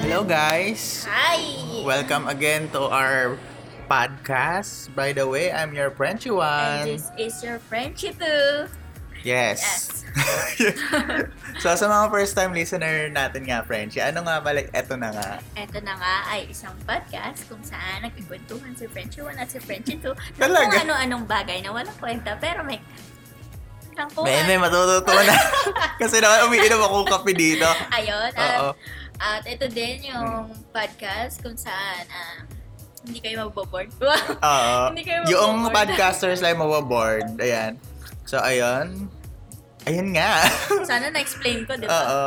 Hello guys! Hi! Welcome again to our podcast. By the way, I'm your Frenchy And one. this is your friend Chipu. Yes. so sa mga first time listener natin nga, Frenchy, ano nga balik? Eto na nga. Ito na nga ay isang podcast kung saan nagkikwentuhan si Frenchie 1 at si Frenchie 2 ng Talaga? kung ano-anong bagay na walang kwenta pero may tangkuhan. May may matututunan. Kasi naman umiinom akong kape dito. Ayun. At, Oo. at ito din yung podcast kung saan ah, hindi kayo maboboard. Oo. Hindi kayo Yung maboboard. podcasters lang mababoard. Ayan. So, ayun. Ayun nga. Sana na-explain ko, di ba? Oo.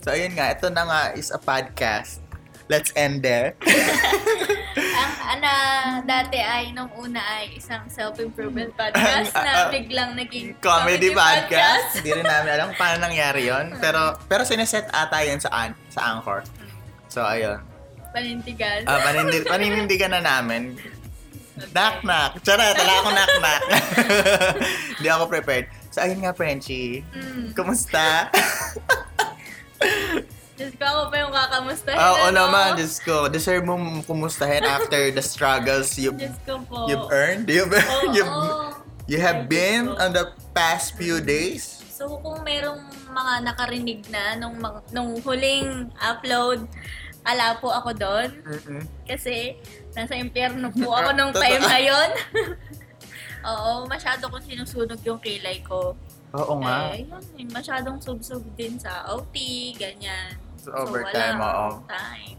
So, ayun nga. Ito na nga is a podcast. Let's end there. Ang ana, dati ay, nung una ay isang self-improvement podcast Ang- ah, ah, na biglang naging Comedy, podcast. Hindi rin namin alam kung paano nangyari yon Pero, pero sineset ata yun sa, an sa Anchor. So, ayun. Panintigan. Ah, panindi panindigan na namin. Okay. Knock-knock. Charot, wala akong knock-knock. Hindi ako prepared. So, ayun nga, Frenchie. Mm. Kumusta? Diyos ko, ako pa yung kakamustahin. Ah, Oo Oh, ano? naman, Diyos ko. Deserve mo kumustahin after the struggles you've, Diyos ko po. you've earned. You've, Oo, you've, oo. you have been on the past few days. So, kung merong mga nakarinig na nung, mga- nung huling upload, ala po ako doon. Mm-mm. Kasi, nasa impyerno po ako nung Totoo. time na yun. Oo, masyado kong sinusunog yung kilay ko. Oo nga. Eh, yun, masyadong subsub din sa OT, ganyan. Sa overtime, so, wala oo. akong time.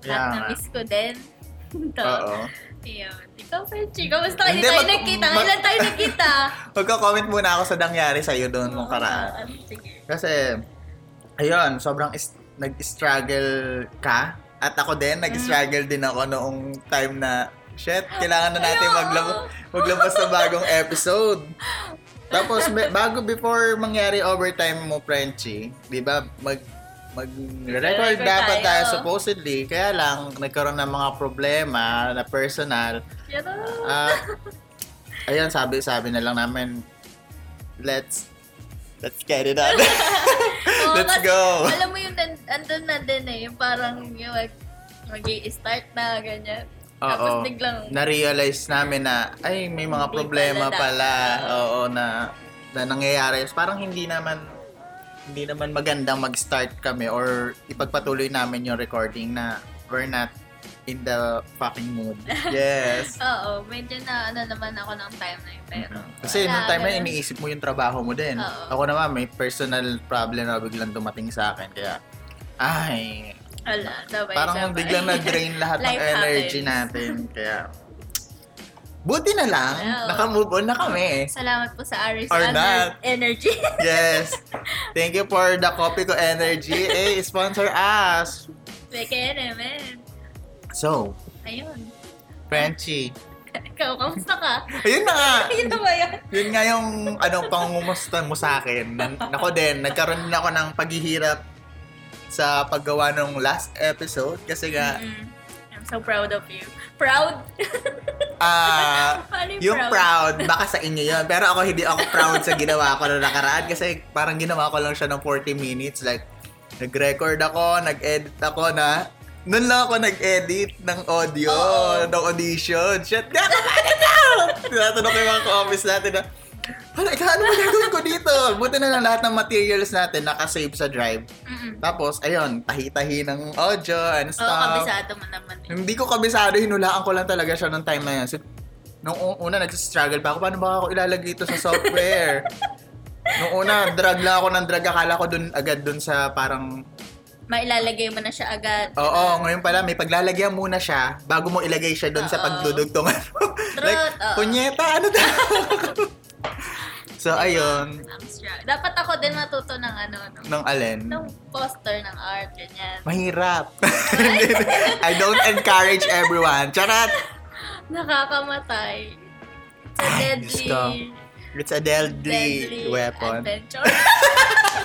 Kaya At nga. na-miss ko din. Ito. Oo. Ayun. Ikaw, Frenchie, kamusta? Hindi Hindi, tayo mag- nagkita. mag- Ilan tayo nagkita? Magko-comment muna ako sa nangyari sa'yo doon nung karaan. Oo, oo. Sige. Kasi, ayun, sobrang is- nag-struggle ka. At ako din, nag-struggle din ako noong time na, shit, kailangan na natin Ayoko. maglab- maglabas sa bagong episode. Tapos, be- bago before mangyari overtime mo, Frenchie, di ba, mag mag-record Mag-record dapat tayo. tayo. supposedly. Kaya lang, nagkaroon ng mga problema na personal. Pero, At, ayun, sabi, sabi na lang namin, let's, let's get it out. oo, let's kasi go. Alam mo yung nan- andun na din eh. Yung parang yung mag start na, ganyan. Oo. Tapos biglang, Na-realize namin na, ay, may mga Hindi problema pala pala. dapat. Oo, na, na nangyayari. Parang hindi naman, hindi naman magandang mag-start kami or ipagpatuloy namin yung recording na we're not in the fucking mood. Yes. oo, medyo na ano naman ako ng time na yun. Pero, Kasi wala, nung time na ganun. yun, iniisip mo yung trabaho mo din. Oo. Ako naman, may personal problem na biglang dumating sa akin. Kaya, ay, Wala, Mm-hmm. sabay, parang sabay. biglang na-drain lahat ng eh. Life energy happens. natin. Kaya, buti na lang, Oo. naka-move on na kami. Salamat po sa Aris Or Ener- not. Energy. Yes. Thank you for the copy ko energy. Eh, sponsor us. Beke naman. So, Ayun. Frenchie. Ikaw, kamusta ka? Ayun na nga. Ayun na ba yan? Yun nga yung ano, pangumusta mo sa akin. Nan- Ako din, nagkaroon din ako ng paghihirap sa paggawa ng last episode kasi nga Mm. I'm so proud of you. Proud? ah Paano yung, Yung proud, baka sa inyo yun. Pero ako, hindi ako proud sa ginawa ko na nakaraan kasi parang ginawa ko lang siya ng 40 minutes. Like, nag-record ako, nag-edit ako na. Noon lang ako nag-edit ng audio, Oo. ng audition. Shit, gato paano na! Tinatanong ko yung mga ka-office natin na, Hala, ikaw, ano ba gagawin ko dito? Buti na lang lahat ng materials natin nakasave sa drive. Mm-mm. Tapos, ayun, tahi-tahi ng audio and Oo, stuff. kabisado mo naman. eh. Hindi ko kabisado, hinulaan ko lang talaga siya nung time na yan. So, nung u- una, nagsistruggle pa ako. Paano ba ako ilalagay ito sa software? nung una, drag lang ako ng drag. Akala ko dun, agad dun sa parang, Mailalagay mo na siya agad. oo, ngayon pala, may paglalagyan muna siya bago mo ilagay siya dun sa Oo. pagdudugtungan mo. like, oo. punyeta, ano to? so, ayun, Ang stra- Dapat ako din matuto ng ano, ng, nung alin, ng poster ng art, ganyan. mahirap. I don't encourage everyone. Charot! Nakakamatay. It's Ay, Ah, Diyos a deadly, ko. It's a deadly deadly weapon. adventure.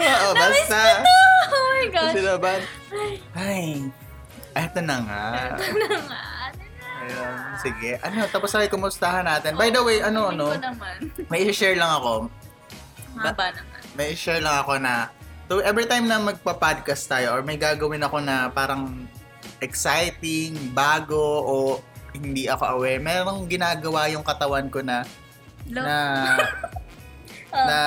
Oo, basta. oh my gosh. Kasi naman, ay, eto na nga. Ano nga? Ano na? Ayun, sige. Ano, tapos na kumustahan natin. By the way, ano, Feeling ano, ko naman. may share lang ako. Haba naman. May share lang ako na So every time na magpa-podcast tayo or may gagawin ako na parang exciting, bago o hindi ako aware, merong ginagawa yung katawan ko na Lo- na Oh. na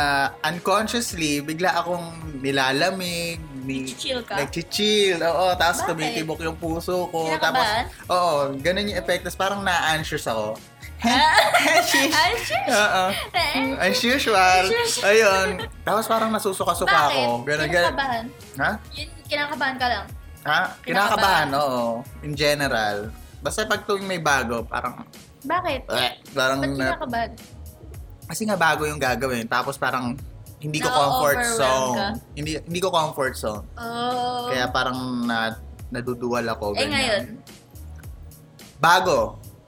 unconsciously bigla akong nilalamig, ni Chill ka? nagchichill. Oo, tapos Bakit? tumitibok yung puso ko. Kinakabahan? Tapos oo, ganun yung effect. Tapos parang na-anxious ako. Ah. Oh, Anxious? Oo. Eh, As usual. Anxious. Ayun. Tapos parang nasusuka-suka Bakit? ako. Ganun, ganun. Kinakabahan? Ha? Yun, kinakabahan ka lang. Ha? Kinakabahan. Kinakabahan, oo. In general. Basta pag tuwing may bago, parang, Bakit? eh, parang, Ba't na- kinakabahan? kasi nga bago yung gagawin. Tapos parang, hindi ko Na-overwhelm comfort zone. ka? Hindi, hindi ko comfort zone. Oh. Kaya parang na, naduduwal ako. eh ganyan. ngayon, Ano? Bago.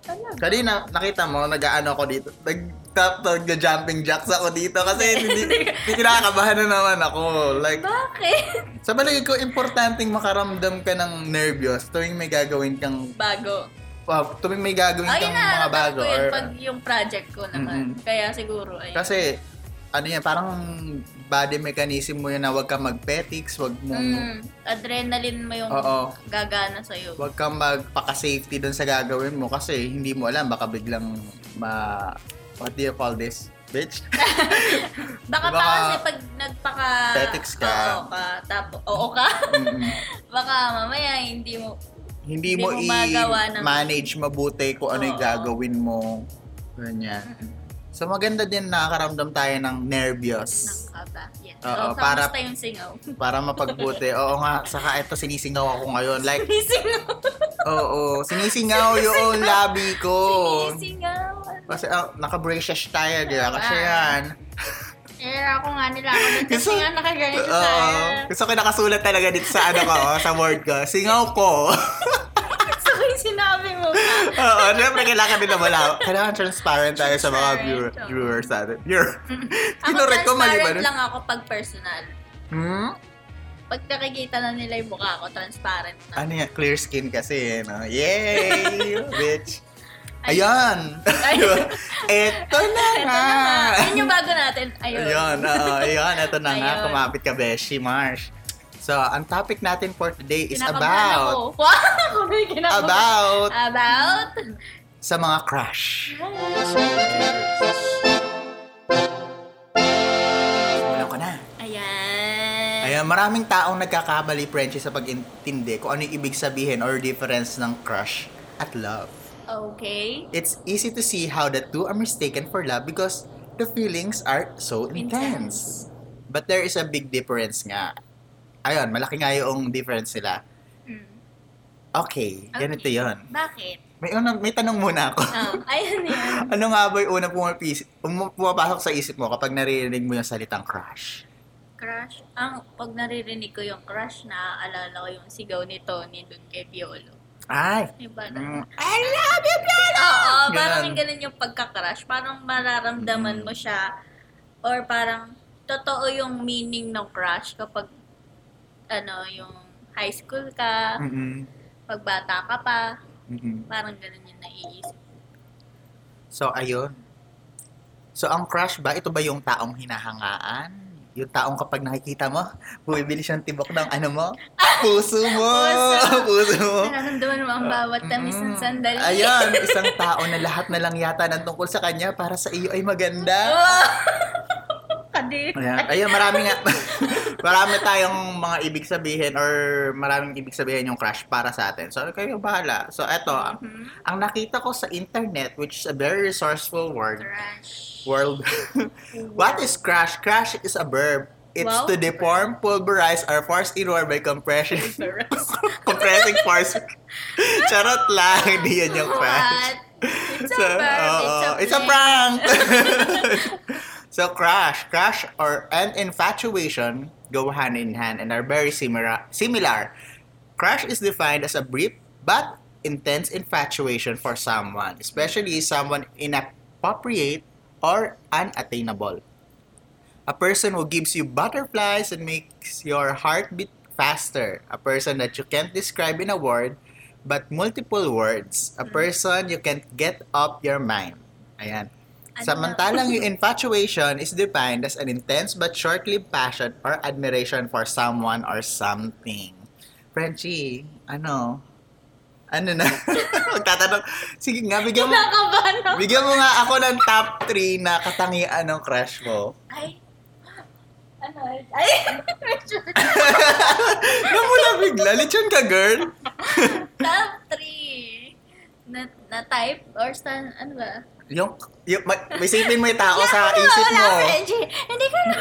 talaga. Kanina, nakita mo, nag-ano ako dito. Nag tap nag-jumping jacks ako dito kasi hindi, hindi kinakabahan na naman ako. Like, Bakit? Sa palagay ko, importanteng makaramdam ka ng nervyos tuwing may gagawin kang, Bago. uh, tuwing may gagawin Ay, kang mga na, bago. ko yun Or, pag yung project ko Mm-mm. naman. Kaya siguro, ay. kasi, ano yan, parang body mechanism mo yun na huwag kang mag-petics, huwag mong, Mm, adrenaline mo yung oo, Diba? gagana sa'yo. huwag kang magpaka-safety dun sa gagawin mo kasi hindi mo alam, baka biglang ma, what do you call this? Bitch? Baka pa Baka- kasi pag nagpaka... Petics ka. Oo ka. Tapo, oo ka. Mm-mm. Baka mamaya hindi mo... Hindi Hindi mo, mo magawa ng- i-manage mabuti kung ano yung Oo. gagawin mo. Ganyan. So maganda din nakakaramdam tayo ng nervyos Nakakaba. Yes. Oo, so, para- kamusta yung singaw? para mapagbuti. Oo nga, saka ito sinisingaw ako ngayon. Like, Sinisingaw. oo, sinisingaw yung labi ko. Sinisingaw. Kasi ah, naka-braces tayo, di ba? Kasi Ah. yan. Eh, ako nga nila. Ako dito Gusto- singaw, nakaganito Oo. tayo. Gusto ko nakasulat talaga dito sa ano ko, sa word ko. Singaw ko. So, yung sinabi mo ba? Oo, syempre kailangan din na wala. Kailangan transparent tayo sa mga viewer, Transparent, oo. viewers natin. Viewer. Ako Kinorek ko mali ba transparent nun? lang ako pag personal. Hmm? Pag nakikita na nila yung mukha ko, transparent na. Ano yan? Clear skin kasi, eh, no? Yay! Bitch. Ayan! Ay. Ito na Ito nga! na nga. Yun yung bago natin. Ayun. Ah. Ayun, oo, ayun. Ito na nga, Ayun. kumapit ka, Beshi Marsh. So, ang topic natin for today is Kinakabahan about, Ako. Wow! Ako may kinakabahan. about About? sa mga crush. Simulan ko na. Ayan. Ayan, maraming taong nagkakamali, Frenchie, sa pag-intindi kung ano yung ibig sabihin or difference ng crush at love. Okay. It's easy to see how the two are mistaken for love because the feelings are so intense. But there is a big difference nga. Ayun, malaki nga yung difference nila. Mm. Okay, ganito Okay. yon. Bakit? May, una, may tanong muna ako. Um, ayun yun. ano nga ba yung una pumapis- um- pumapasok sa isip mo kapag naririnig mo yung salitang crush? Crush. Ang pag naririnig ko yung crush, naaalala ko yung sigaw ni Tony dun kay Piolo. Ay! Diba? Mm, I love you, Piolo! Oo, parang Ganun. Mm. yung ganun yung pagka-crush. Parang mararamdaman mo siya or parang totoo yung meaning ng crush kapag ano, yung high school ka, mm-mm, pag bata ka pa, mm-mm. parang ganun yung naiisip. So, ayun. So, ang crush ba, ito ba yung taong hinahangaan? Yung taong kapag nakikita mo, bumibili siyang tibok ng ano mo? Puso mo! Puso. Puso mo! Nararamdaman mo ang bawat tamis ng Mm. sandali. Oh. Ayan, isang tao na lahat na lang yata ng tungkol sa kanya para sa iyo ay maganda. Oh! Kadi. Ayan, ayan marami nga. marami tayong mga ibig sabihin or maraming ibig sabihin yung crush para sa atin. So, kayo bahala. So, eto, ang, Mhm. ang nakita ko sa internet, which is a very resourceful word, Crush. world. What is crash? Crash is a verb. It's Wow. to deform, pulverize, or force inward by compression. Compressing force. Charot lang, hindi yan yung crash. What? It's a verb. oo, it's a prank. prank. so crash, crash, or and infatuation go hand in hand and are very similar. Similar. Crash is defined as a brief but intense infatuation for someone, especially someone inappropriate or unattainable. A person who gives you butterflies and makes your heart beat faster. A person that you can't describe in a word, Mm. but multiple words. A person you can't get up your mind. Ayan. Ano Samantalang yung infatuation is defined as an intense but short-lived passion or admiration for someone or something. Frenchie, ano? Ano na? Magtatanong. Sige nga, bigyan mo, Kinakabahan ako. bigyan mo nga ako ng top 3 na katangian ng crush mo. Ay, ano ay? Ay, Richard. Namula Ano bigla. Lechon ka, girl. Top 3. Na, na type or stan, ano ba? Yung, yung ma- isipin mo yung tao Wala sa ko na, isip wala, mo. Reggie. Hindi ko na.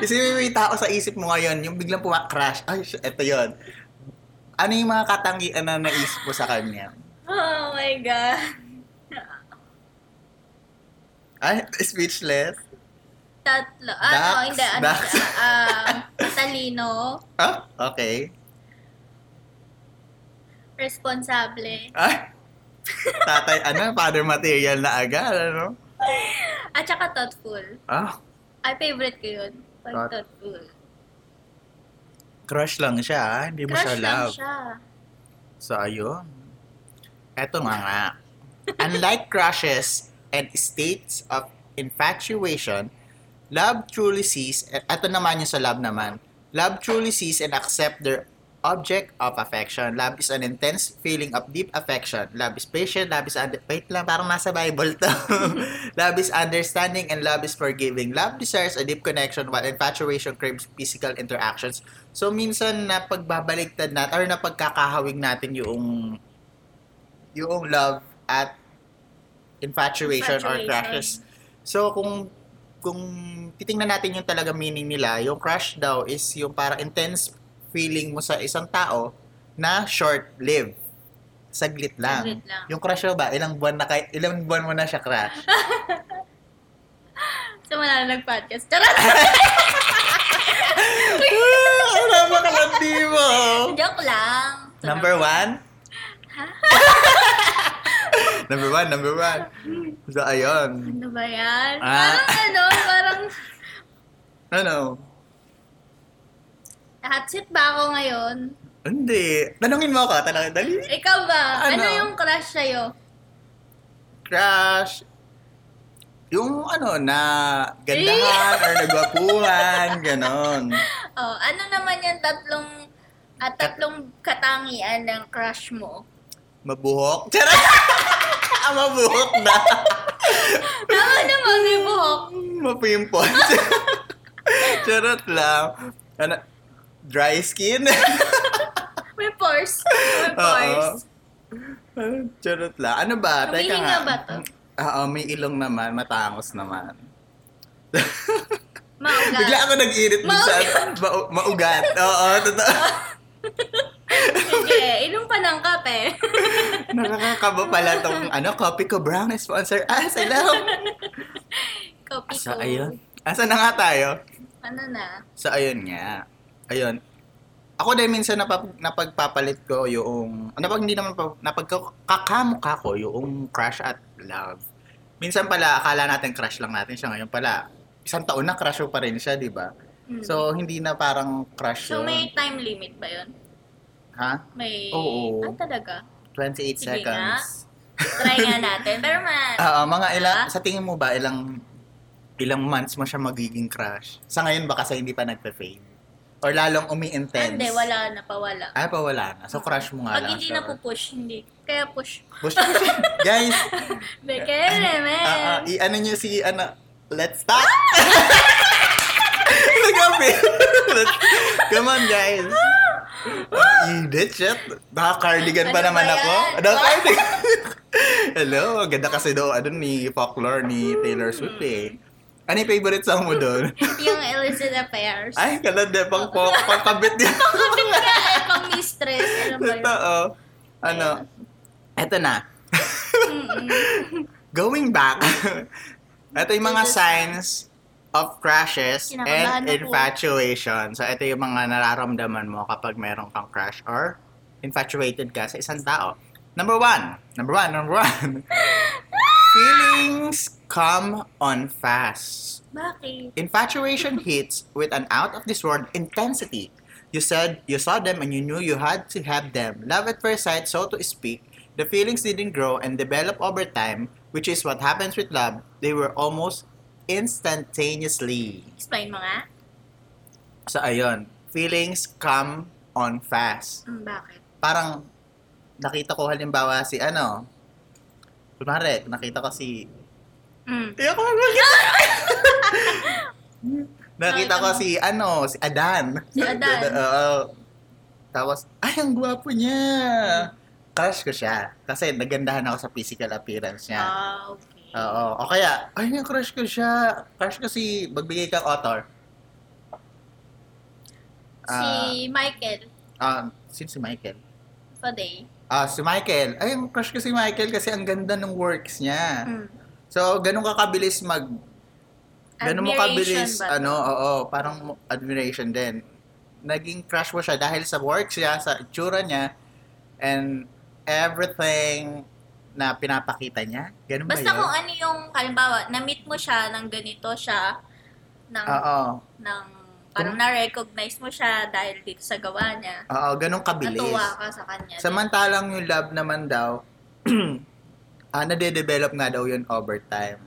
Isipin mo yung tao sa isip mo ngayon, yung biglang pumakrash. Ay, sh- eto yun. Ano yung mga katangian na naisip mo sa kanya? Oh my God. Ay, speechless. Tatlo. Ano, Dax, hindi. Ano, Dax. siya, ah, matalino, Ah, okay. responsable, Ay, tatay, ano, father material na agad, ano? at saka thoughtful. Ah, Ay, favorite ko yun. Pag Thought- thoughtful. crush lang siya, ah. hindi mo siya Crush lang love. siya. So, ayun. Eto na nga. Unlike crushes and states of infatuation, love truly sees, eto naman yung sa love naman, love truly sees and accept their object of affection. Love is an intense feeling of deep affection. Love is patient, love is, under- wait lang, parang nasa Bible to. love is understanding and love is forgiving. Love desires a deep connection while infatuation craves physical interactions. So, minsan na pagbabaliktad natin or na pagkakahawig natin yung yung love at infatuation, or Infatuation. crushes. So, kung kung titingnan natin yung talaga meaning nila, yung crush daw is yung parang intense feeling mo sa isang tao na short-lived. Saglit lang. Favorite lang. Yung crush mo ba, ilang buwan na kay, ilang buwan mo na siya crush? So, wala na nag-podcast. Charot! Ah, Ano ba kalandi mo? Joke lang. Number one? number one, number one. So, ayun. Ano ba yan? Ah. Parang ano, parang Ano? hot seat ba ako ngayon? Hindi. Tanungin mo ako. Tanungin. Dali. Ikaw ba? Ano, Ano? yung crush sa'yo? Crush. Yung ano na gandahan or nagwapuhan, ganon. Oh, ano naman yung tatlong at tatlong katangian ng crush mo? Mabuhok. Charot! Ah, Mabuhok na. Tama naman, may buhok. Mapimples. Charot lang. Ano? Dry skin? May pores. May pores. Charot lang. Ano ba? Teka May hiling nga. na ba to? Oo, may ilong naman. Matangos naman. Maugat. Bigla ako nag-init dun sa... Mau- Maugat. Oo, totoo. Sige, inom pa ng kape. Nakakakaba pala tong ano, Coffee Ko Brown na sponsor. Ah, hello! Kopi So, ko. ayun. Asa na nga tayo? Ano na? So, ayun nga. Ayun. Ako din minsan napap- napagpapalit ko yung... Napag hindi naman pa... Napagkakamukha ko yung crush at love. Minsan pala, akala natin crush lang natin siya. Ngayon pala, isang taon na crush mo pa rin siya, di ba? Mm. So, hindi na parang crush So, yun. may time limit ba yun? Ha? May... Oo. Ah, talaga? 28 Sige nga. seconds. Try nga natin. Pero man, Oo, mga ilang... Ha? Sa tingin mo ba, ilang ilang months mo siya magiging crush? Sa ngayon ba kasi hindi pa nagpe-fade? Or lalong umi-intense? Ah, hindi, wala na, pawala. Ay, pa wala Ah, na. So, crush mo nga Pag lang hindi siya. na pupush, hindi. Kaya push. Push, push. Guys, ah, Bekele, ah, man. i-ano niyo si, ano, let's stop! Nagabi. Let's- Come on, guys. Ang init, shit. Naka-cardigan pa Ano naman ba ako. yan? Naka-cardigan. Hello, ang ganda kasi daw, ano, ni folklore ni Taylor Swift eh. Ano yung favorite song mo doon? Yung illicit affairs. ah. Ay, kalanda, pang, pang, pangkabit niya. Kaya, eh, pang mistress. Ano ba yun? Totoo. Ano, eto na. Mm-mm. going back, ito yung mga signs of crashes and Kinakabahan ako. infatuation. So, ito yung mga nararamdaman mo kapag meron kang crush or infatuated ka sa isang tao. Number one. Number one. Number one. Feelings come on fast. Bakit? Infatuation hits with an out of this world intensity. You said you saw them and you knew you had to have them. Love at first sight, so to speak. The feelings didn't grow and develop over time, which is what happens with love, they were almost instantaneously. Explain mo nga. So, ayun. Feelings come on fast. Mm, bakit? Parang, nakita ko halimbawa si ano, kumare, nakita ko si Mm. Tiyak ko Nakita ko si, ano, si Adan. Si Adan. Oo. Tapos, ay, ang gwapo niya. Crush ko siya. Kasi nagandahan ako sa physical appearance niya. Ah, okay. Oo. O kaya, ay, yung crush ko siya. Crush ko si, magbigay kang author. Si Michael Ah, sino si Michael? Faday. Ah, si Michael. Ay, yung crush ko si Michael kasi ang ganda ng works niya. Mm. So, ganun ka kabilis mag Ganun mo Admiration kabilis, ba? ano, oo, parang mo- admiration din. Naging crush mo siya dahil sa work siya, sa itsura niya, and everything na pinapakita niya. Ganun ba Basta yun? kung ano yung, halimbawa, na-meet mo siya ng ganito siya, ng, Oo, ng parang na-recognize mo siya dahil dito sa gawa niya. oo, ganun kabilis. Natuwa ka sa kanya. Samantalang yung love naman daw, ah, nade-develop nga daw yun over time.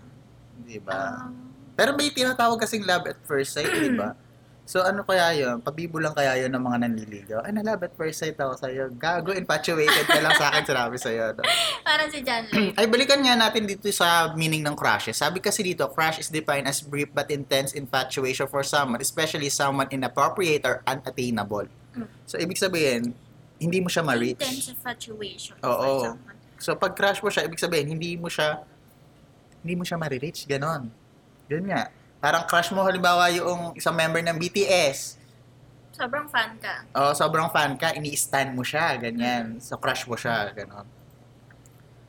Di ba? Ah, Pero may tinatawag kasing love at first sight, di ba? So ano kaya yun? Pabibo lang kaya yun ng mga nanliligaw? Ay, na love at first sight ako sa'yo. Gago, infatuated ka lang sa akin, sinabi sa'yo. No? parang si John Lloyd. Ay, balikan nga natin dito sa meaning ng crushes. Sabi kasi dito, crush is defined as brief but intense infatuation for someone, especially someone inappropriate or unattainable. Mm. So, ibig sabihin, hindi mo siya Intense ma-reach. infatuation Oo. for someone. So, pag crush mo siya, ibig sabihin, hindi mo siya, hindi mo siya ma-reach. Ganon. Yun nga. Parang crush mo, halimbawa, yung isang member ng BTS. Sobrang fan ka. Oh, sobrang fan ka, ini-stan mo siya, ganyan. So, crush mo siya, gano'n.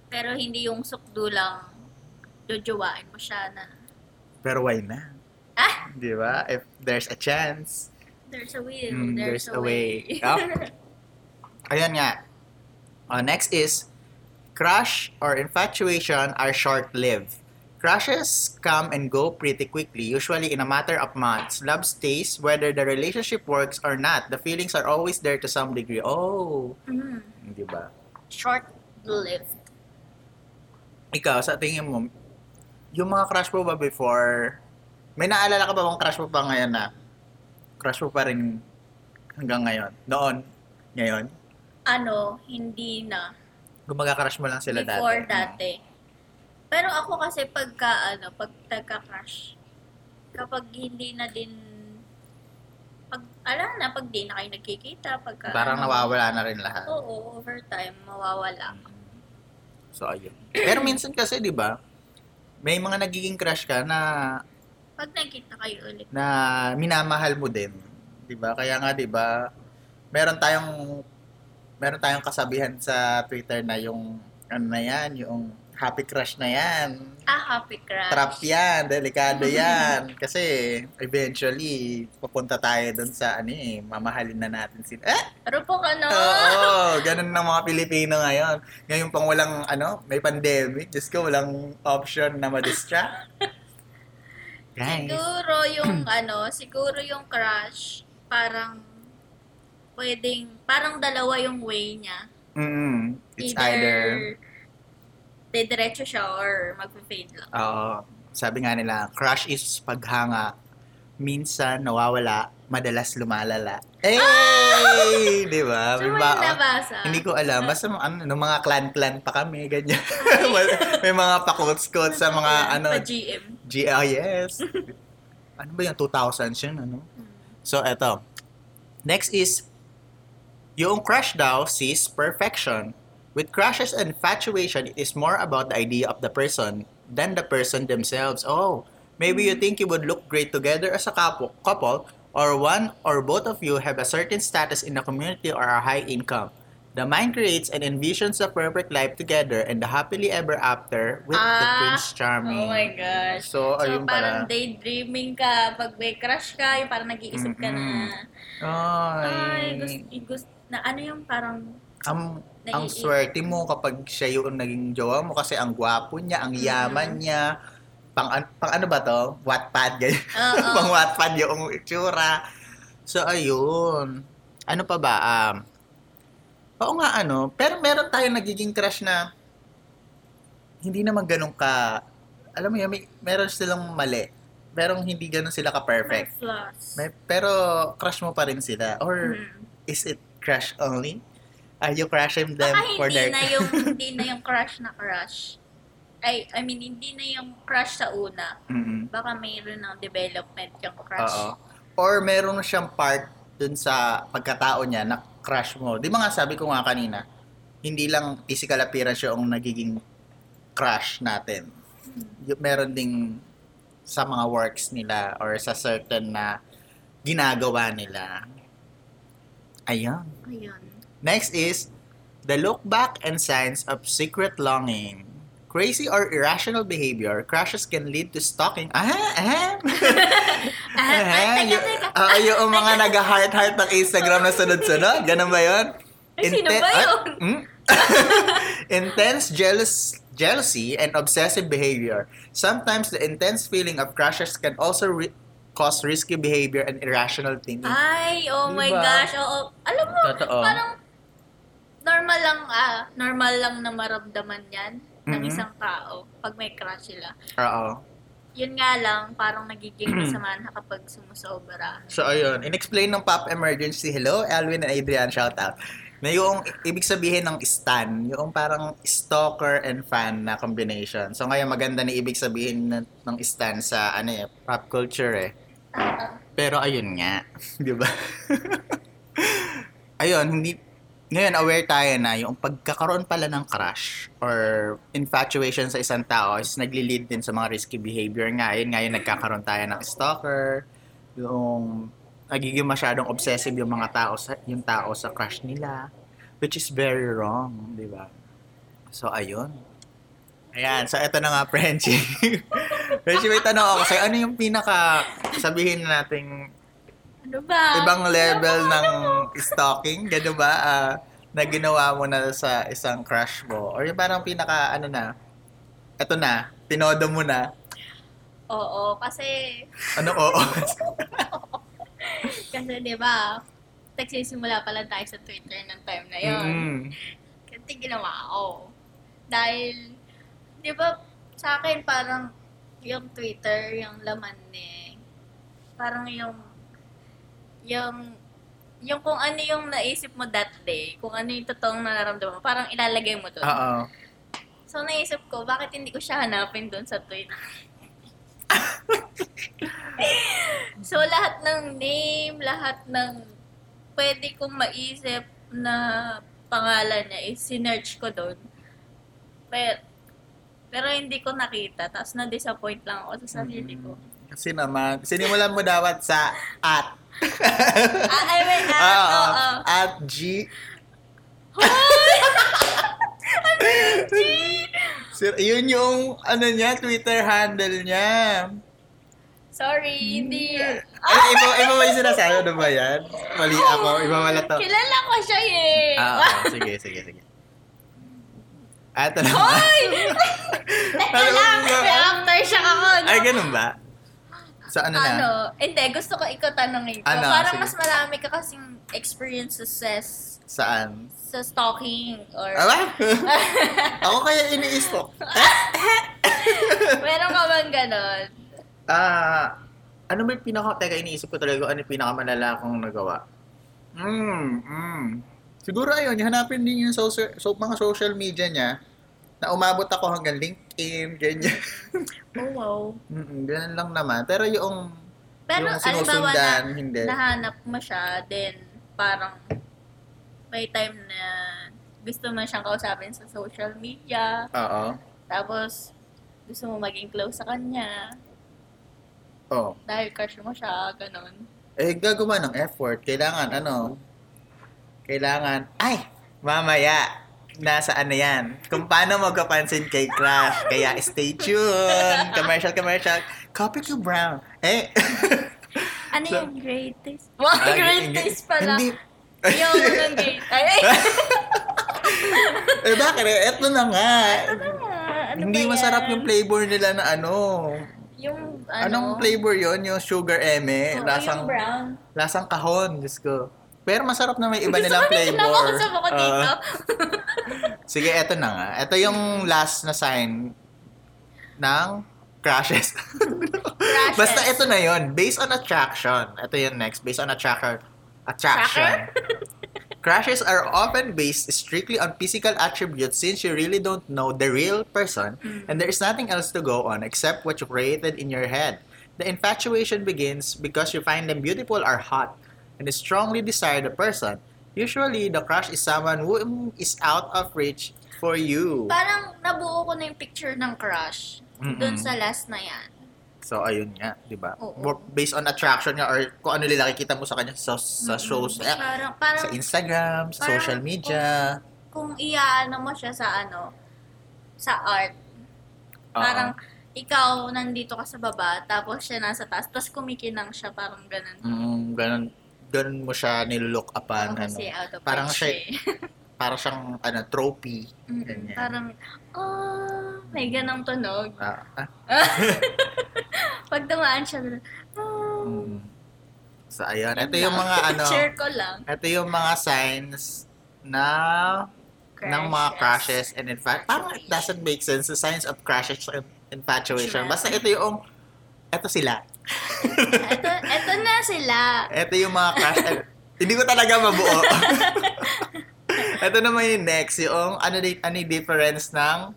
Pero hindi yung sukdo lang jojowain mo siya na Pero why na? Ah! Di ba? If there's a chance. there's a will, Mm, there's, a way. Yup. Ayan nga. Oh, next is, crush or infatuation are short-lived. Crushes come and go pretty quickly, usually in a matter of months. Love stays whether the relationship works or not. The feelings are always there to some degree. Oh, Mm, di ba? Short-lived. Ikaw, sa tingin mo, yung mga crush mo ba before, may naalala ka ba bang crush mo pa ngayon na crush mo pa rin hanggang ngayon? Noon? Ngayon? Ano, hindi na. Kung magka-crush mo lang sila dati. Hmm. Before dati. Pero ako kasi pagka, ano, pag tagka-crush, kapag hindi na din, pag, ala na, pag di na kayo nagkikita, pagka, Parang ano, nawawala na rin lahat. Oo, over time, mawawala. So, ayun. Pero minsan kasi, di ba, may mga nagiging crush ka na Pag nagkita kayo ulit, na minamahal mo din. 'Di ba? Kaya nga 'di ba? Meron tayong meron tayong kasabihan sa Twitter na yung ano na 'yan, yung happy crush na 'yan. ah, happy crush. Trap 'yan, delikado 'yan kasi eventually pupunta tayo doon sa ano eh, mamahalin na natin sila. Eh, Rupo ka na! Oo, ganun ng mga Pilipino ngayon. Ngayon pang walang, ano, may pandemic. Diyos ko, walang option na ma-distract. Guys. Siguro yung ano, siguro yung crush, parang pwedeng, parang dalawa yung way niya. Mm, it's either, didiretso siya or magpe-fade lang. Oo. sabi nga nila, crush is paghanga. Minsan nawawala, madalas lumalala. Eh, Di ba? So, May may baon. nabasa. Hindi ko alam. Basta mga- ano, nung mga clan-clan pa kami, ganyan. Wal- may mga pa-quotes-quotes sa mga ano, Pa-GM. GIS. ano ba yung 2000s yun? Ano? Mm. So, eto. Next is, yung crush daw sees perfection. With crushes and infatuation, it is more about the idea of the person than the person themselves. Oh, maybe you Hmm. think you would look great together as a couple, couple or one or both of you have a certain status in the community or a high income. The mind creates and envisions the perfect life together and the happily ever after with the Ah, Prince Charming. Oh my gosh. So, So, ayun parang pala. daydreaming ka. Pag may crush ka, yung parang nag-iisip ka na, Ay, ay, gusto, gusto, na ano yung parang ang ang naiisip- swerte mo kapag siya yung naging jowa mo kasi ang gwapo niya, ang yaman niya. Pang, an- pang ano ba to? Wattpad, ganyan. Oo. pang Wattpad yung itsura. So, ayun. Ano pa ba? Um, oo nga, ano. Pero meron tayong nagiging crush na hindi naman ganun ka, alam mo yun, may, meron silang mali. Merong hindi ganun sila May ka-perfect. flaws. May, pero crush mo pa rin sila. Or Mm. is it crush only? Are you crushing them Baka for Ah, their... hindi na yung hindi na yung crush na crush. Ay, I mean, hindi na yung crush sa una. Mm-mm. Baka mayroon ng development yung crush. Oo. Or meron siyang part dun sa pagkatao niya na crush mo. Di ba nga sabi ko nga kanina, hindi lang physical appearance yung nagiging crush natin. Y- Meron ding sa mga works nila or sa certain na ginagawa nila. Ayun. Ayun. Next is the look back and signs of secret longing. Crazy or irrational behavior, crushes can lead to stalking. Ah, ah. Ah, ah, Ah, teka, yung- teka. Oo, yung mga nag-heart-heart ng Instagram na sunod-sunod. Ganun ba yun? Ay, sino Inten- ba Ah, yun? hmm? intense jealous, jealousy and obsessive behavior. Sometimes the intense feeling of crushes can also re- cause risky behavior and irrational thinking. Ay, oh my Diba? gosh. Oo. Alam mo, Totoo. parang normal lang ah, normal lang na maramdaman 'yan ng Mhm. isang tao pag may crush sila. Oo. Yun nga lang, parang nagiging masama na kapag sumusobra. So, ayun. Inexplain ng Pop Emergency. Hello, Alvin and Adrian. Shout out. Na yung i- ibig sabihin ng stan, yung parang stalker and fan na combination. So, ngayon maganda na ibig sabihin ng, ng stan sa ano eh, pop culture eh. Ah, Pero ayun nga, 'di ba? ayun, hindi ngayon aware tayo na yung pagkakaroon pala ng crush or infatuation sa isang tao is nagli-lead din sa mga risky behavior nga. Ayun nga yung nagkakaroon tayo ng stalker, yung nagiging masyadong obsessive yung mga tao sa yung tao sa crush nila, which is very wrong, 'di ba? So ayun. Ayan, so ito na nga, Frenchie. Frenchie, may tanong ako sa'yo. Ano yung pinaka, sabihin na nating ano ba? ibang level Ano ba? ng stalking, gano'n ba, ah, na ginawa mo na sa isang crush mo? Or yung parang pinaka, ano na, eto na, tinodo mo na, Oo, kasi ano, oo. kasi 'di ba? Nagsisimula pa lang tayo sa Twitter ng time na 'yon. Mm. Kasi ginawa ako. Dahil, di ba, sa akin parang yung Twitter, yung laman ni, parang yung, yung, yung kung ano yung naisip mo that day, kung ano yung totoong nararamdaman mo, parang ilalagay mo doon. Oo. So naisip ko, bakit hindi ko siya hanapin doon sa Twitter? so lahat ng name, lahat ng pwede kong maisip na pangalan niya is sinearch ko doon. Pero, pero hindi ko nakita. Tapos na-disappoint lang ako sa sarili ko. Kasi naman, sinimulan mo dapat sa at. ah, I mean, ah, Oo. oo. At G. Sir, yun yung ano niya, Twitter handle niya. Sorry, hindi. Ay, Ah! iba, iba ba yung sinasabi? Ano ba yan? Mali ako. Iba wala to. Oh! Kilala ko siya eh. Ah, oo. sige, sige, sige. Ah, ito na. Hoy! Teka Ano lang, ba? may after siya ako. No? Ay, ganun ba? Sa ano na? Ano, hindi, gusto ko ikaw tanongin ko. Ano, Parang sige. mas marami ka kasing experiences Saan? sa stalking or... Ala? ako kaya ini-stalk. Meron ka bang ganon? Ah, ano ba yung pinaka, teka, iniisip ko talaga kung ano yung pinakamalala kong nagawa. Mm, mm. Siguro ayun, hanapin din yung social, so, mga social media niya na umabot ako hanggang LinkedIn, ganyan. Oh, wow. Mm, ganun lang naman. Pero yung, Pero yung alimbawa na sinusundan, hindi. nahanap mo siya, then parang may time na gusto mo siyang kausapin sa social media, Oo. tapos gusto mo maging close sa kanya Oo. dahil crush mo siya, ganon. Eh, gagawa ng effort. Kailangan, ano? Kailangan, ay, mamaya, nasaan na yan? Kung paano magkapansin kay Crush. Kaya stay tuned. Commercial, commercial. Copy to Brown. Eh. Ano So- Ah, yung greatest? Wow, greatest pala. Hindi. yung unang great. Ay, ay. Eh, bakit? Eh, eto na nga. Ah, ano Hindi ba masarap yan? yung flavor nila na ano. Yung ano? Anong flavor yon Yung sugar eme. Oo, lasang, yung brown. lasang kahon. Diyos ko. Pero masarap na may iba Gusto nilang ko na flavor. ilaw ako sa buko Oo. dito. Sige, eto na nga. Eto yung last na sign ng crashes. Crashes. Basta eto na yon Based on attraction. Eto yung next. Based on attraction. Attraction. crashes are often based strictly on physical attributes since you really don't know the real person and there is nothing else to go on except what you created in your head. The infatuation begins because you find them beautiful or hot and strongly desire the person. Usually, the crush is someone who is out of reach for you. Parang nabuo ko na yung picture ng crush Mm-mm. doon sa last na yan. So, ayun nga, di ba? Oo. More Based on attraction nga or kung ano nila nakikita mo sa kanya sa, sa shows, eh, Parang, parang sa Instagram, sa Parang- social media. kung iyaano mo siya sa ano, sa art, Oo. parang ikaw nandito ka sa baba, tapos siya nasa taas, tapos kumikinang siya, parang ganun. Mm, ganun, ganun mo siya nilook upan. Oo, Oh, kasi ano. out of parang reach siya- eh. Parang siyang ano, trophy. Mm, Ganyan. Parang, oh, may ganang tunog. Ah, ah, Pag dumaan siya, ganun, oh, mm. So, ayun. Ito yun yung lang. mga ano, Share ko lang. ito yung mga signs na ng mga crashes and infatuation. Parang it doesn't make sense. The signs of crashes and infatuation. Sure. Basta ito yung, ito sila. ito, ito na sila. Ito yung mga crush. and- hindi ko talaga mabuo. Ito naman yung next, yung ano, di- ano yung difference ng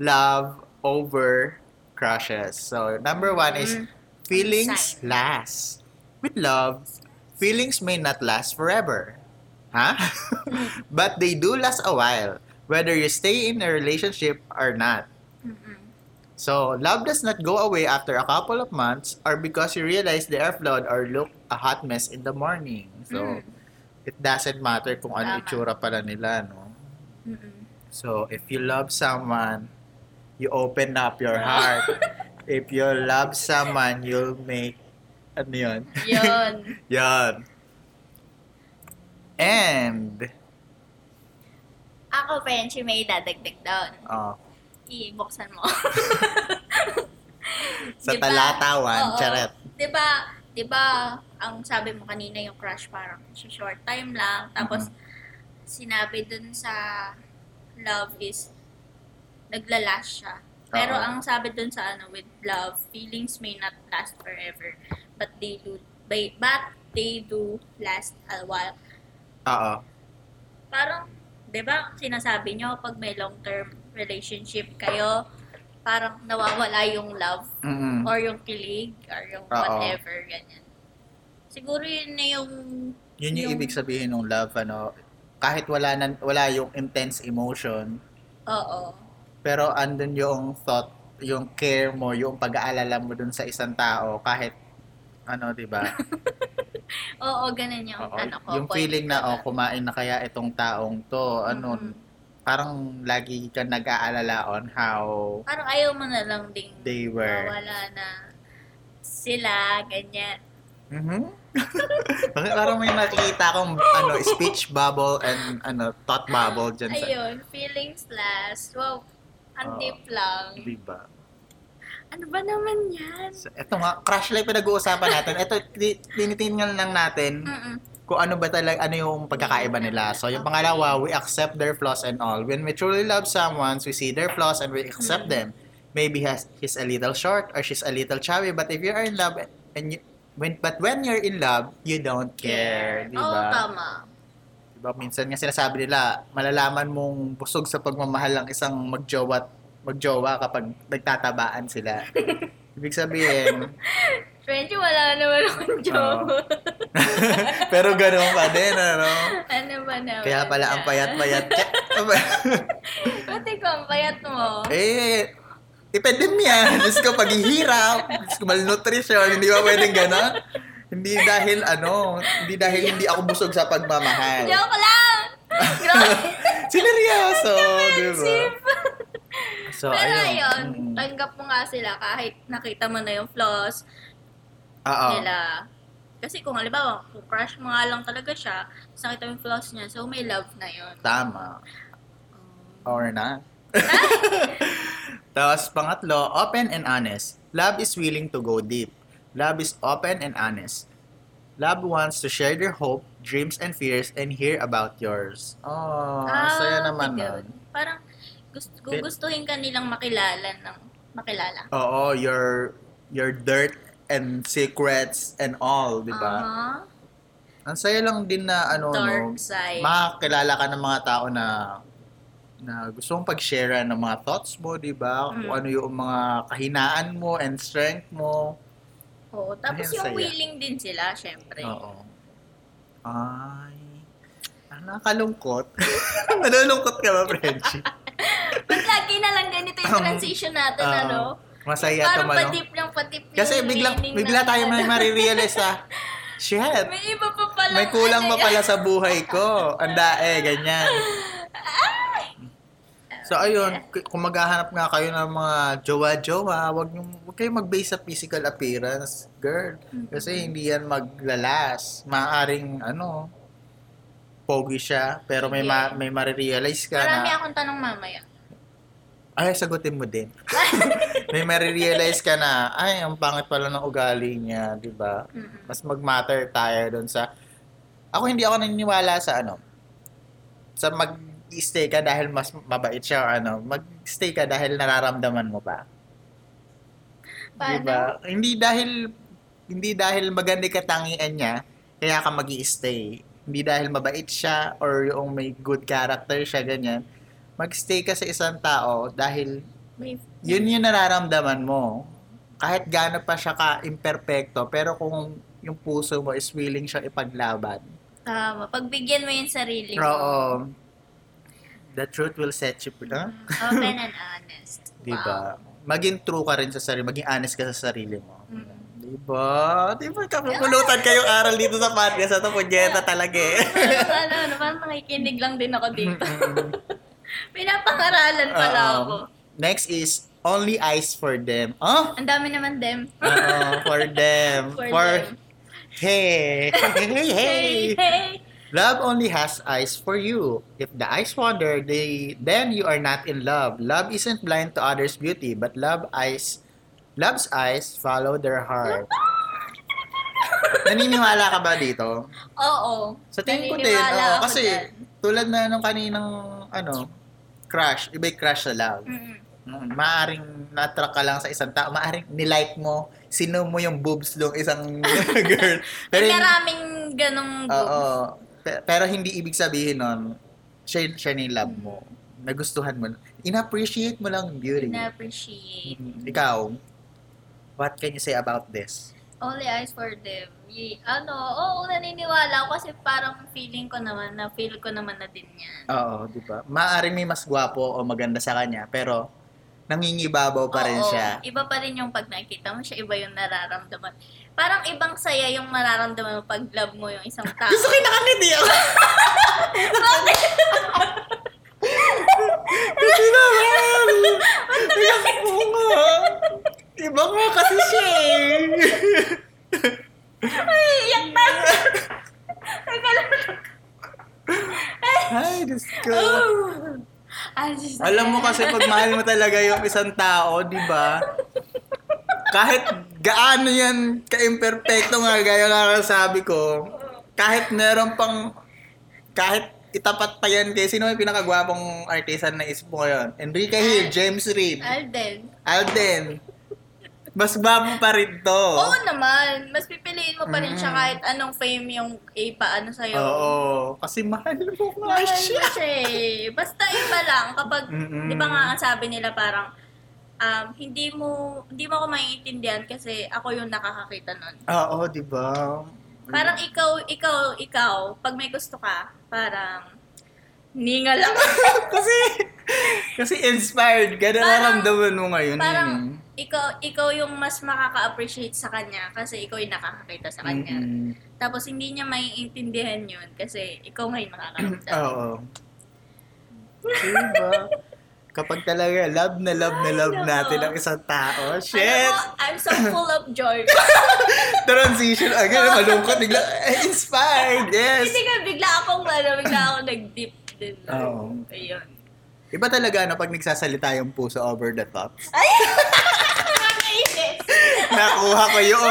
love over crushes. So, number one is Mm. feelings Sign. last. With love, feelings may not last forever. Huh? but they do last a while, whether you stay in a relationship or not. Mm-mm. So, love does not go away after a couple of months or because you realize they are flawed or look a hot mess in the morning. So, Mm. it doesn't matter kung ano Tama. itsura pala nila, no? Mm-mm. So, if you love someone, you open up your heart. if you love someone, you'll make... Ano yun? Yun. Yun. And... Ako, Frenchie, may dadagdag doon. Oh, Ibuksan mo. sa Diba? talatawan, Oo. charet. Di ba, di ba, ang sabi mo kanina yung crush parang short time lang. Tapos, sinabi dun sa love is naglalas siya. Pero Oo. ang sabi dun sa ano, with love, feelings may not last forever, but they do, by- but they do last a while. Oo. Parang, di ba, sinasabi nyo, pag may long-term relationship kayo, parang nawawala yung love Mm-mm. or yung kilig or yung Mm. Oo. whatever ganyan. Siguro yun na yung Yun yung, Yung- ibig sabihin ng love ano kahit wala nan wala yung intense emotion oo. pero andun yung thought yung care mo yung pag-aalala mo dun sa isang tao kahit ano 'di ba Oo, ganun yung Oo, ano ko. yung point feeling ko na oh kumain na kaya itong taong to ano Mm. parang lagi ka nag-aalala on how Parang ayaw mo na lang ding they were mawala na sila, ganyan. Mhm. Bakit parang may nakita akong ano speech bubble and ano thought bubble dyan sa Ayun, feelings last. Wow, ang Oo. deep lang. 'di ba Ano ba naman yan? Diba? So, eto nga, crush life pinag-uusapan natin. Eto, ti- tinitingnan lang natin Mm-mm. kung ano ba talaga, ano yung pagkakaiba nila. So, yung pangalawa, we accept their flaws and all. When we truly love someone, we see their flaws and we accept Mm-hmm. them. Maybe has, he's a little short or she's a little chubby, but if you are in love and you, when, but when you're in love, you don't care, di Oo, ba? tama. Diba? Minsan nga sinasabi nila, malalaman mong busog sa pagmamahal ang isang magjowa magjowa kapag nagtatabaan sila. Ibig sabihin, Friendship, wala naman akong joke. Pero ganun pa din, ano? ano ba naman Kaya pala ang yan? payat-payat. Tsak! Pati ko, ang payat mo. eh, epidemya. Diyos ko, paghihirap. Diyos ko, malnutrition. Hindi ba pwedeng ganun? Hindi dahil ano, hindi dahil hindi ako busog sa pagmamahal. Joke lang! Grabe. Seryoso, di ba? Expensive. So, Pero ayun, Mm. tanggap mo nga sila kahit nakita mo na yung flaws Oo. nila. Kasi kung halimbawa, kung crush mo nga lang talaga siya, tapos nakita mo yung flaws niya, so may love na yun. Tama. Or not. Tapos pangatlo, open and honest. Love is willing to go deep. Love is open and honest. Love wants to share their hope, dreams and fears, and hear about yours. Oh, saya naman nun. yun. Parang gusto, gugustuhin ka nilang makilala ng makilala. Oo, your, your dirt and secrets and all, di ba? Aha. Ang saya lang din na Diba? ano, no, Dark side. makakilala ka ng mga tao na na gusto mong pag-share ng mga thoughts mo, di ba? Kung Mm. ano yung mga kahinaan mo and strength mo. Oo, tapos Ayun, yung saya. willing din sila, syempre. Oo. Ay. Ang nakakalungkot. Nalulungkot ka ba, Frenchie? Ba't lagi na lang ganito yung Um, transition natin, ah, ano? Masaya Parang tumalong. patip lang patip yung Kasi biglang, meaning ano. bigla ng- tayo may marirealize na, shit, May iba pa pala. Ano may kulang pa pala sa buhay ko. Ang dae, ganyan. So ayun, k- kung maghahanap nga kayo ng mga jowa-jowa, wag niyo wag kayong mag-base sa physical appearance, girl. Kasi hindi yan maglalas. Maaring ano, pogi siya, pero may ma- may marirealize ka Marami na akong tanong mamaya. ay sagutin mo din. may marirealize ka na ay ang pangit pala ng ugali niya, 'di ba? Mm-mm. mas mag-matter tayo doon sa ako hindi ako naniniwala sa ano sa mag-stay ka dahil mas mabait siya o ano mag-stay ka dahil nararamdaman mo ba Paano? Diba? hindi dahil hindi dahil maganda ka tangian niya kaya ka mag stay hindi dahil mabait siya or yung may good character siya ganyan mag-stay ka sa isang tao dahil May- yun yung nararamdaman mo. Kahit gaano pa siya ka-imperfecto, pero kung yung puso mo is willing siya ipaglaban. Tama. Pagbigyan mo yung sarili mo. Oo. The truth will set you free. Diba? Huh? Open and honest. Wow. Diba? Maging true ka rin sa sarili, maging honest ka sa sarili mo. Mm. Diba? Diba? Kapupulutan kayong aral dito sa podcast. Ito, punyeta talaga eh. Parang ano, ano, parang nakikinig lang din ako dito. Pinapangaralan pala Oo. ako. Next is, only eyes for them. Oh? Ang dami naman them. Oo, for them. For for them. Hey! Hey! hey. Hey, hey. Love only has eyes for you. If the eyes wander, they then you are not in love. Love isn't blind to others' beauty, but love eyes love's eyes follow their heart. Naniniwala ka ba dito? Oo. Sa tingin ko din, Naniniwala oo, ako kasi dyan. tulad na nung kaninang ano, crush, iba yung crush sa love. Mm-mm. Mm, maaring na-attract ka lang sa isang tao, maaring nilike mo, sino mo yung boobs ng isang girl. Pero hindi- maraming ganong Oo. Pe- Pero hindi ibig sabihin nun, siya, siya na yung love mo. Nagustuhan mo. In-appreciate mo lang yung beauty. na-appreciate. Mhm. Ikaw, what can you say about this? Only eyes for them. Ye, ano, oo, naniniwala ako kasi parang feeling ko naman, na feel ko naman na din yan. Oo, di ba? Maaring may mas gwapo o maganda sa kanya, pero nangingibabaw pa rin Oo, siya. Iba pa rin yung pag nakikita mo siya, iba yung nararamdaman. Parang ibang saya yung nararamdaman mo pag love mo yung isang tao. Gusto ko yung nakangiti ako. Bakit? Hindi naman! Oo nga. Iba nga kasi siya eh. Ay, iyak na! Teka lang. Ay, Diyos ko. Oh. Ay, Diyos ko. Alam mo kasi pag mahal mo talaga yung isang tao, di ba? Kahit gaano yan ka-imperfecto nga, gaya nga ng sabi ko, kahit meron pang, kahit itapat pa yan kay sino yung pinakagwapong artisan na isip mo ngayon? Enrique Hill, James Reid, Alden. Alden. Mas gwapo pa rin to. Oo naman. Mas pipiliin mo pa rin siya Mm. kahit anong fame yung ipaano sa'yo. Oo. Kasi mahal mo nga Mahal siya. mo siya eh. Basta iba lang kapag, Mm-mm. di ba nga ang sabi nila parang, um, hindi mo, hindi mo ako maiintindihan kasi ako yung nakakakita nun. Oo, di ba? Parang ikaw, ikaw, ikaw, pag may gusto ka, parang, ningal lang. Ano kasi, kasi inspired ka. Nararamdaman mo ngayon. parang, yun eh. ikaw, ikaw yung mas makaka-appreciate sa kanya kasi ikaw yung nakakakita sa kanya. Mm-mm. Tapos hindi niya maiintindihan yun kasi ikaw ngayon nakakaramdam. Oo. Diba? Kapag talaga love na love na love Ay, natin nako. ang isang tao, Alam shit! mo, I'm so full of joy. Transition agad, malungkot, bigla, eh, inspired, yes! Hindi ka bigla akong ano, bigla akong nag-dip din. Oo. Ayun. Iba talaga na pag nagsasalita yung puso over the top. Ay! Nakakainis! Nakuha ko yung,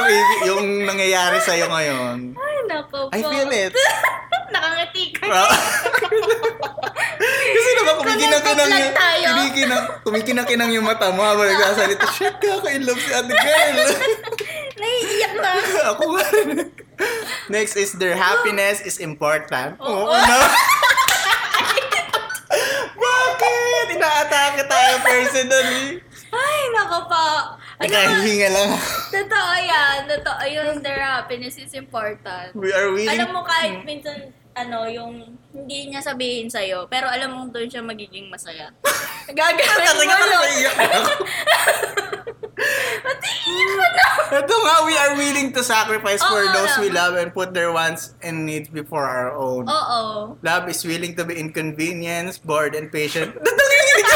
yung nangyayari sa'yo ngayon. Ay, nako po. I feel it. Kasi naman kumikinang-kinang Connected yung... lang tayo. Kumikinang, kumikinang-kinang yung mata mo habang nagsasalita. Shit, ako in love si ate girl. Naiiyak na. ako nga rin. Next is their happiness is important. Oo. Oo na. Bakit? Inaatake tayo personally. Ay, nako po. Ano ba? Nakahinga lang. Totoo yan. Totoo yun. Their happiness is important. We are willing. Alam mo kahit minsan, ano, yung hindi niya sabihin sa'yo, pero alam mo doon siya magiging masaya. Gagawin Talaga mo parang yun. naiiyak ako. Pati iyak ko na. Ito nga, we are willing to sacrifice for Oo, those we alam. love and put their wants and needs before our own. Oo. Love is willing to be inconvenienced, bored, and patient. Dadali nga hindi ka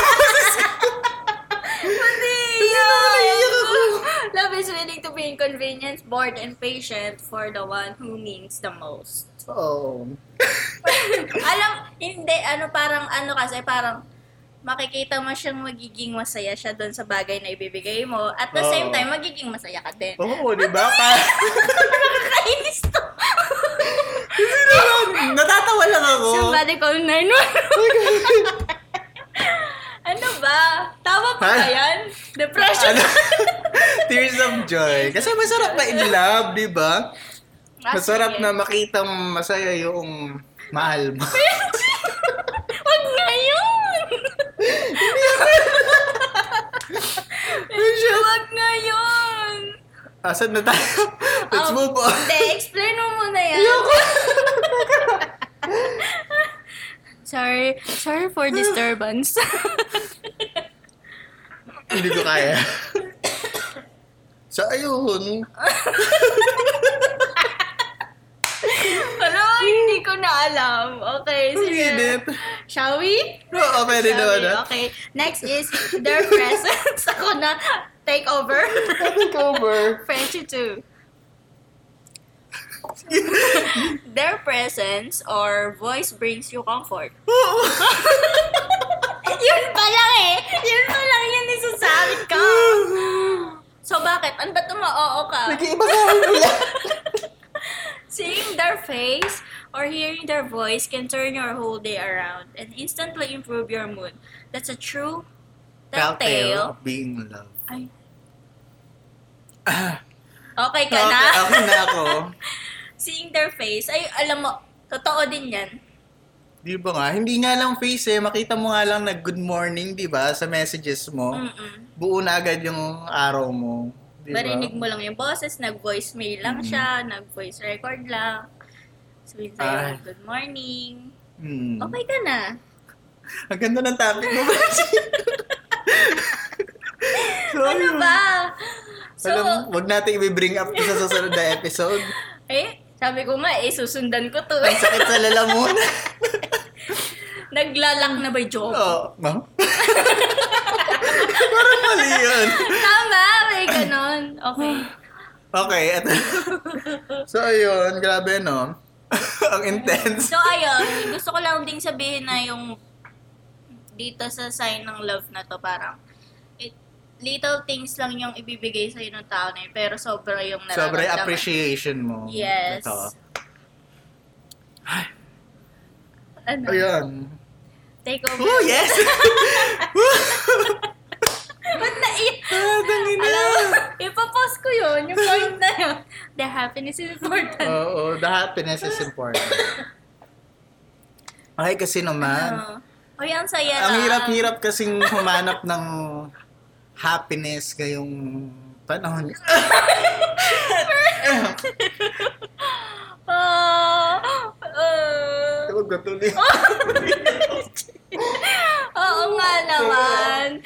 Pati naiiyak iyak. ako. Love is willing to be inconvenienced, bored, and patient for the one who means the most. Oo. Alam, hindi, ano parang, ano kasi, parang, makikita mo siyang magiging masaya siya doon sa bagay na ibibigay mo. At the Oo. same time, magiging masaya ka din. Oo, di ba? Pa- Nakakainis to. Natatawa lang ako. Somebody call 911. ano ba? Tama ba Ha? ba yan? Depression. Ano? Tears of joy. Kasi masarap na in love, di ba? Ah, Masarap sige. na makita masaya yung mahal mo. Huwag na yun! Hindi Huwag na yun! Asan Ah, na tayo? Let's Um, move on. Hindi, explain mo muna yan. sorry. Sorry for disturbance. Hindi ko kaya. So, ayun. Ano? Hindi ko na alam. Okay, sige. Ulitin. Shall we? Oo, pwede Shall naman we? ah. Okay. Next is their presence. Ako na. Take over. Take over. Frenchie too. their presence or voice brings you comfort. Oo. yun pa lang eh. Yun pa lang yun isasabi ko. So bakit? Ang ba't oo ka? Nag-iiba ka ulit. Seeing their face or hearing their voice can turn your whole day around and instantly improve your mood. That's a true Telltale telltale. of being in love. Ay. Okay ka Okay, na? okay na ako. Seeing their face, ay alam mo, totoo din yan. Di ba nga? Hindi nga lang face eh. Makita mo nga lang na good morning, di ba? Sa messages mo. Mm-mm. Buo na agad yung araw mo. Di ba? Marinig mo lang yung boses, nag-voicemail lang siya, nag-voice record lang. Sabihin Ay. sa'yo, good morning. Hmm. Okay ka na. Ang ganda ng topic mo, Bridget. so, Ano ayun. ba? So, Alam, wag natin i-bring up to sa susunod na episode. eh, sabi ko nga, eh, susundan ko to. Ang sakit sa lalamunan. Naglalak na ba yung joke? Oo. Ma? Parang mali yun. Tama, may ganon. Okay. Okay, eto. So, ayun. Grabe, no? Ang intense. So, ayun, gusto ko lang ding sabihin na yung dito sa sign ng love na to, parang it, little things lang yung ibibigay sa'yo ng tao na yun, pero sobra yung Sobra yung nararamdaman. appreciation mo. Yes. Ito. Ano? Ayun. Take over. Oh, yes! Ba't naiyak? Ah, dangin na. Alam, ipapost ko yun, yung point na yun. Their happiness is important. Oo, the happiness is important. Okay, kasi naman, Ano? Uy, ang saya ang lang. hirap-hirap kasing humanap ng happiness ngayong panahon. Ah, ah. Huwag na tuloy. Oo nga naman.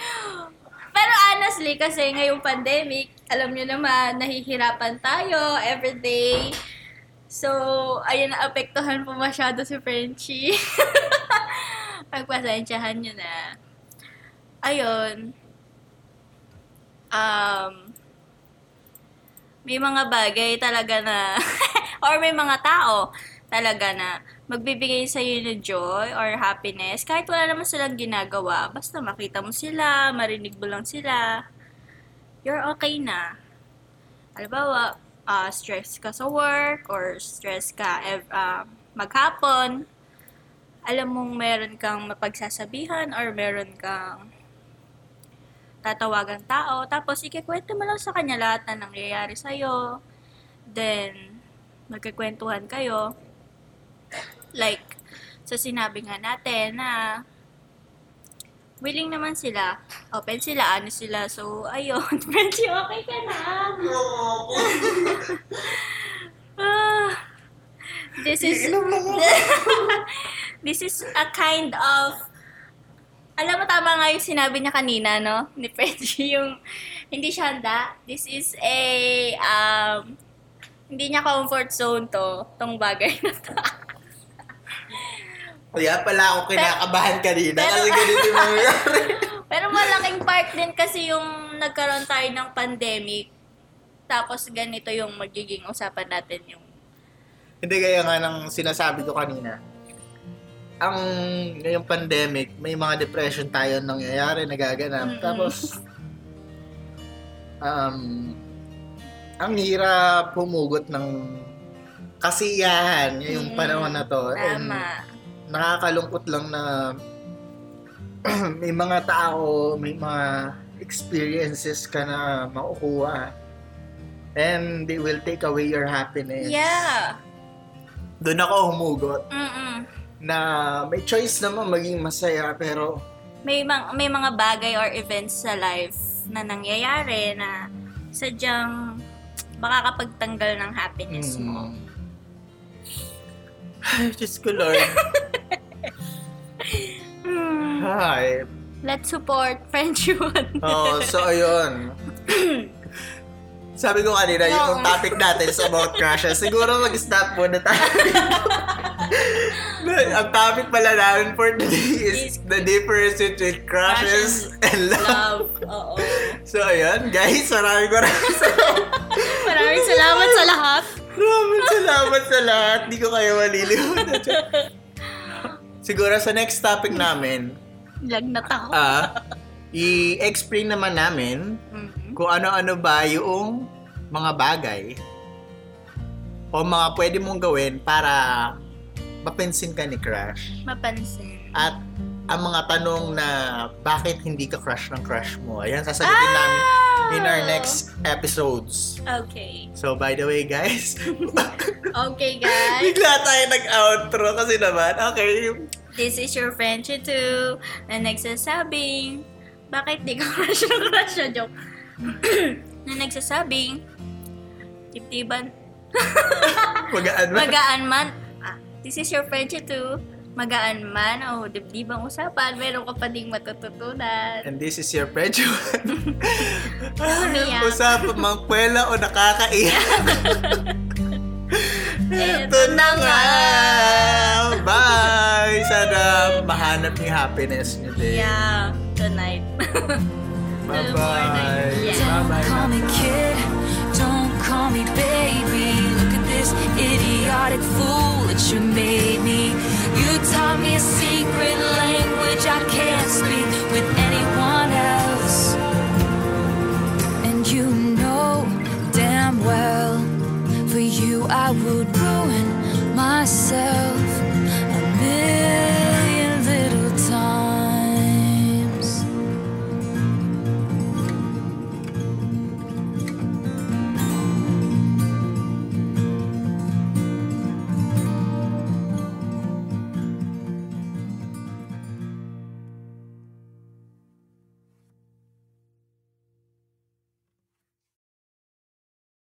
Pero honestly, kasi ngayong pandemic, alam nyo naman, nahihirapan tayo everyday. So, ayun, naapektuhan po masyado si Frenchie. Pagpasensyahan nyo na. Ayun. Um, may mga bagay talaga na, or may mga tao talaga na magbibigay sa iyo ng joy or happiness kahit wala naman silang ginagawa. Basta makita mo sila, marinig mo lang sila, you're okay na. Halimbawa, ah stress ka sa work or stress ka ev- ah, maghapon, alam mong meron kang mapagsasabihan or meron kang tatawagan tao. Tapos, ikikwento mo lang sa kanya lahat na nangyayari sa'yo. Then, magkikwentuhan kayo. Like, sa sinabi nga natin na willing naman sila, open sila, ano sila. So, ayun, Frenchie, okay ka na. Oh! Ah, this is... this is a kind of... Alam mo, tama nga yung sinabi niya kanina, no? Ni Frenchie, yung hindi siya handa. This is a... Um, hindi niya comfort zone to, tong bagay na to. Kaya pala ako kinakabahan kanina Pero- kasi ganito yung mangyayari. Pero malaking part din kasi yung nagkaroon tayo ng pandemic. Tapos ganito yung magiging usapan natin yung... Hindi kaya nga ng sinasabi ko kanina. Ang ngayong pandemic, may mga depression tayo nangyayari, nagaganap. Mm-mm. Tapos, um, ang hirap humugot ng kasiyahan ngayong Mm, panahon na to. And Tama. nakakalungkot lang na may mga tao, may mga experiences ka na makukuha. And they will take away your happiness. Yeah. Doon ako humugot Mm-mm. na may choice naman maging masaya pero May, mang- may mga bagay or events sa life na nangyayari na sadyang makakapagtanggal ng happiness mo. mm, Ay, Diyos ko Lord. Mm. Hi. Let's support French yun. Oh, so ayun. Sabi ko kanina, yung No. topic natin is about crushes. Siguro mag-stop muna tayo. Ang topic pala namin for today is Is- the difference between crushes, and love. Love. Oo. So ayun, guys, maraming maraming salamat. Maraming salamat sa lahat. Maraming salamat sa lahat. Hindi ko kayo malilimutan. Siguro sa next topic namin, Lagnat ako. ah, i-explain naman namin Mm. kung ano-ano ba yung mga bagay o mga pwede mong gawin para mapansin ka ni crush Mapansin. at ang mga tanong na bakit hindi ka crush ng crush mo. Ayan, sasagutin namin in our next episodes. Okay. So, by the way, guys, Okay, guys. bigla tayo nag-outro kasi naman. Okay, This is your friend, Chitu, na nagsasabing, bakit di ka crush na crush na joke? na nagsasabing, tip-tiban, magaan ba? magaan man. Ah, this is your friend, Chitu, magaan man o dibdibang usapan, meron ka pa ding matututunan. And this is your prejudice. Umiyak. Usapang mangkwela o nakakaiyak. Eto na nga. Bye! Sana mahanap yung happiness niyo din. Yeah, tonight. Bye-bye. Yeah. Bye-bye. Call me kid, don't call me baby. Look at this idiotic fool that you made me. You taught me a secret language I can't speak with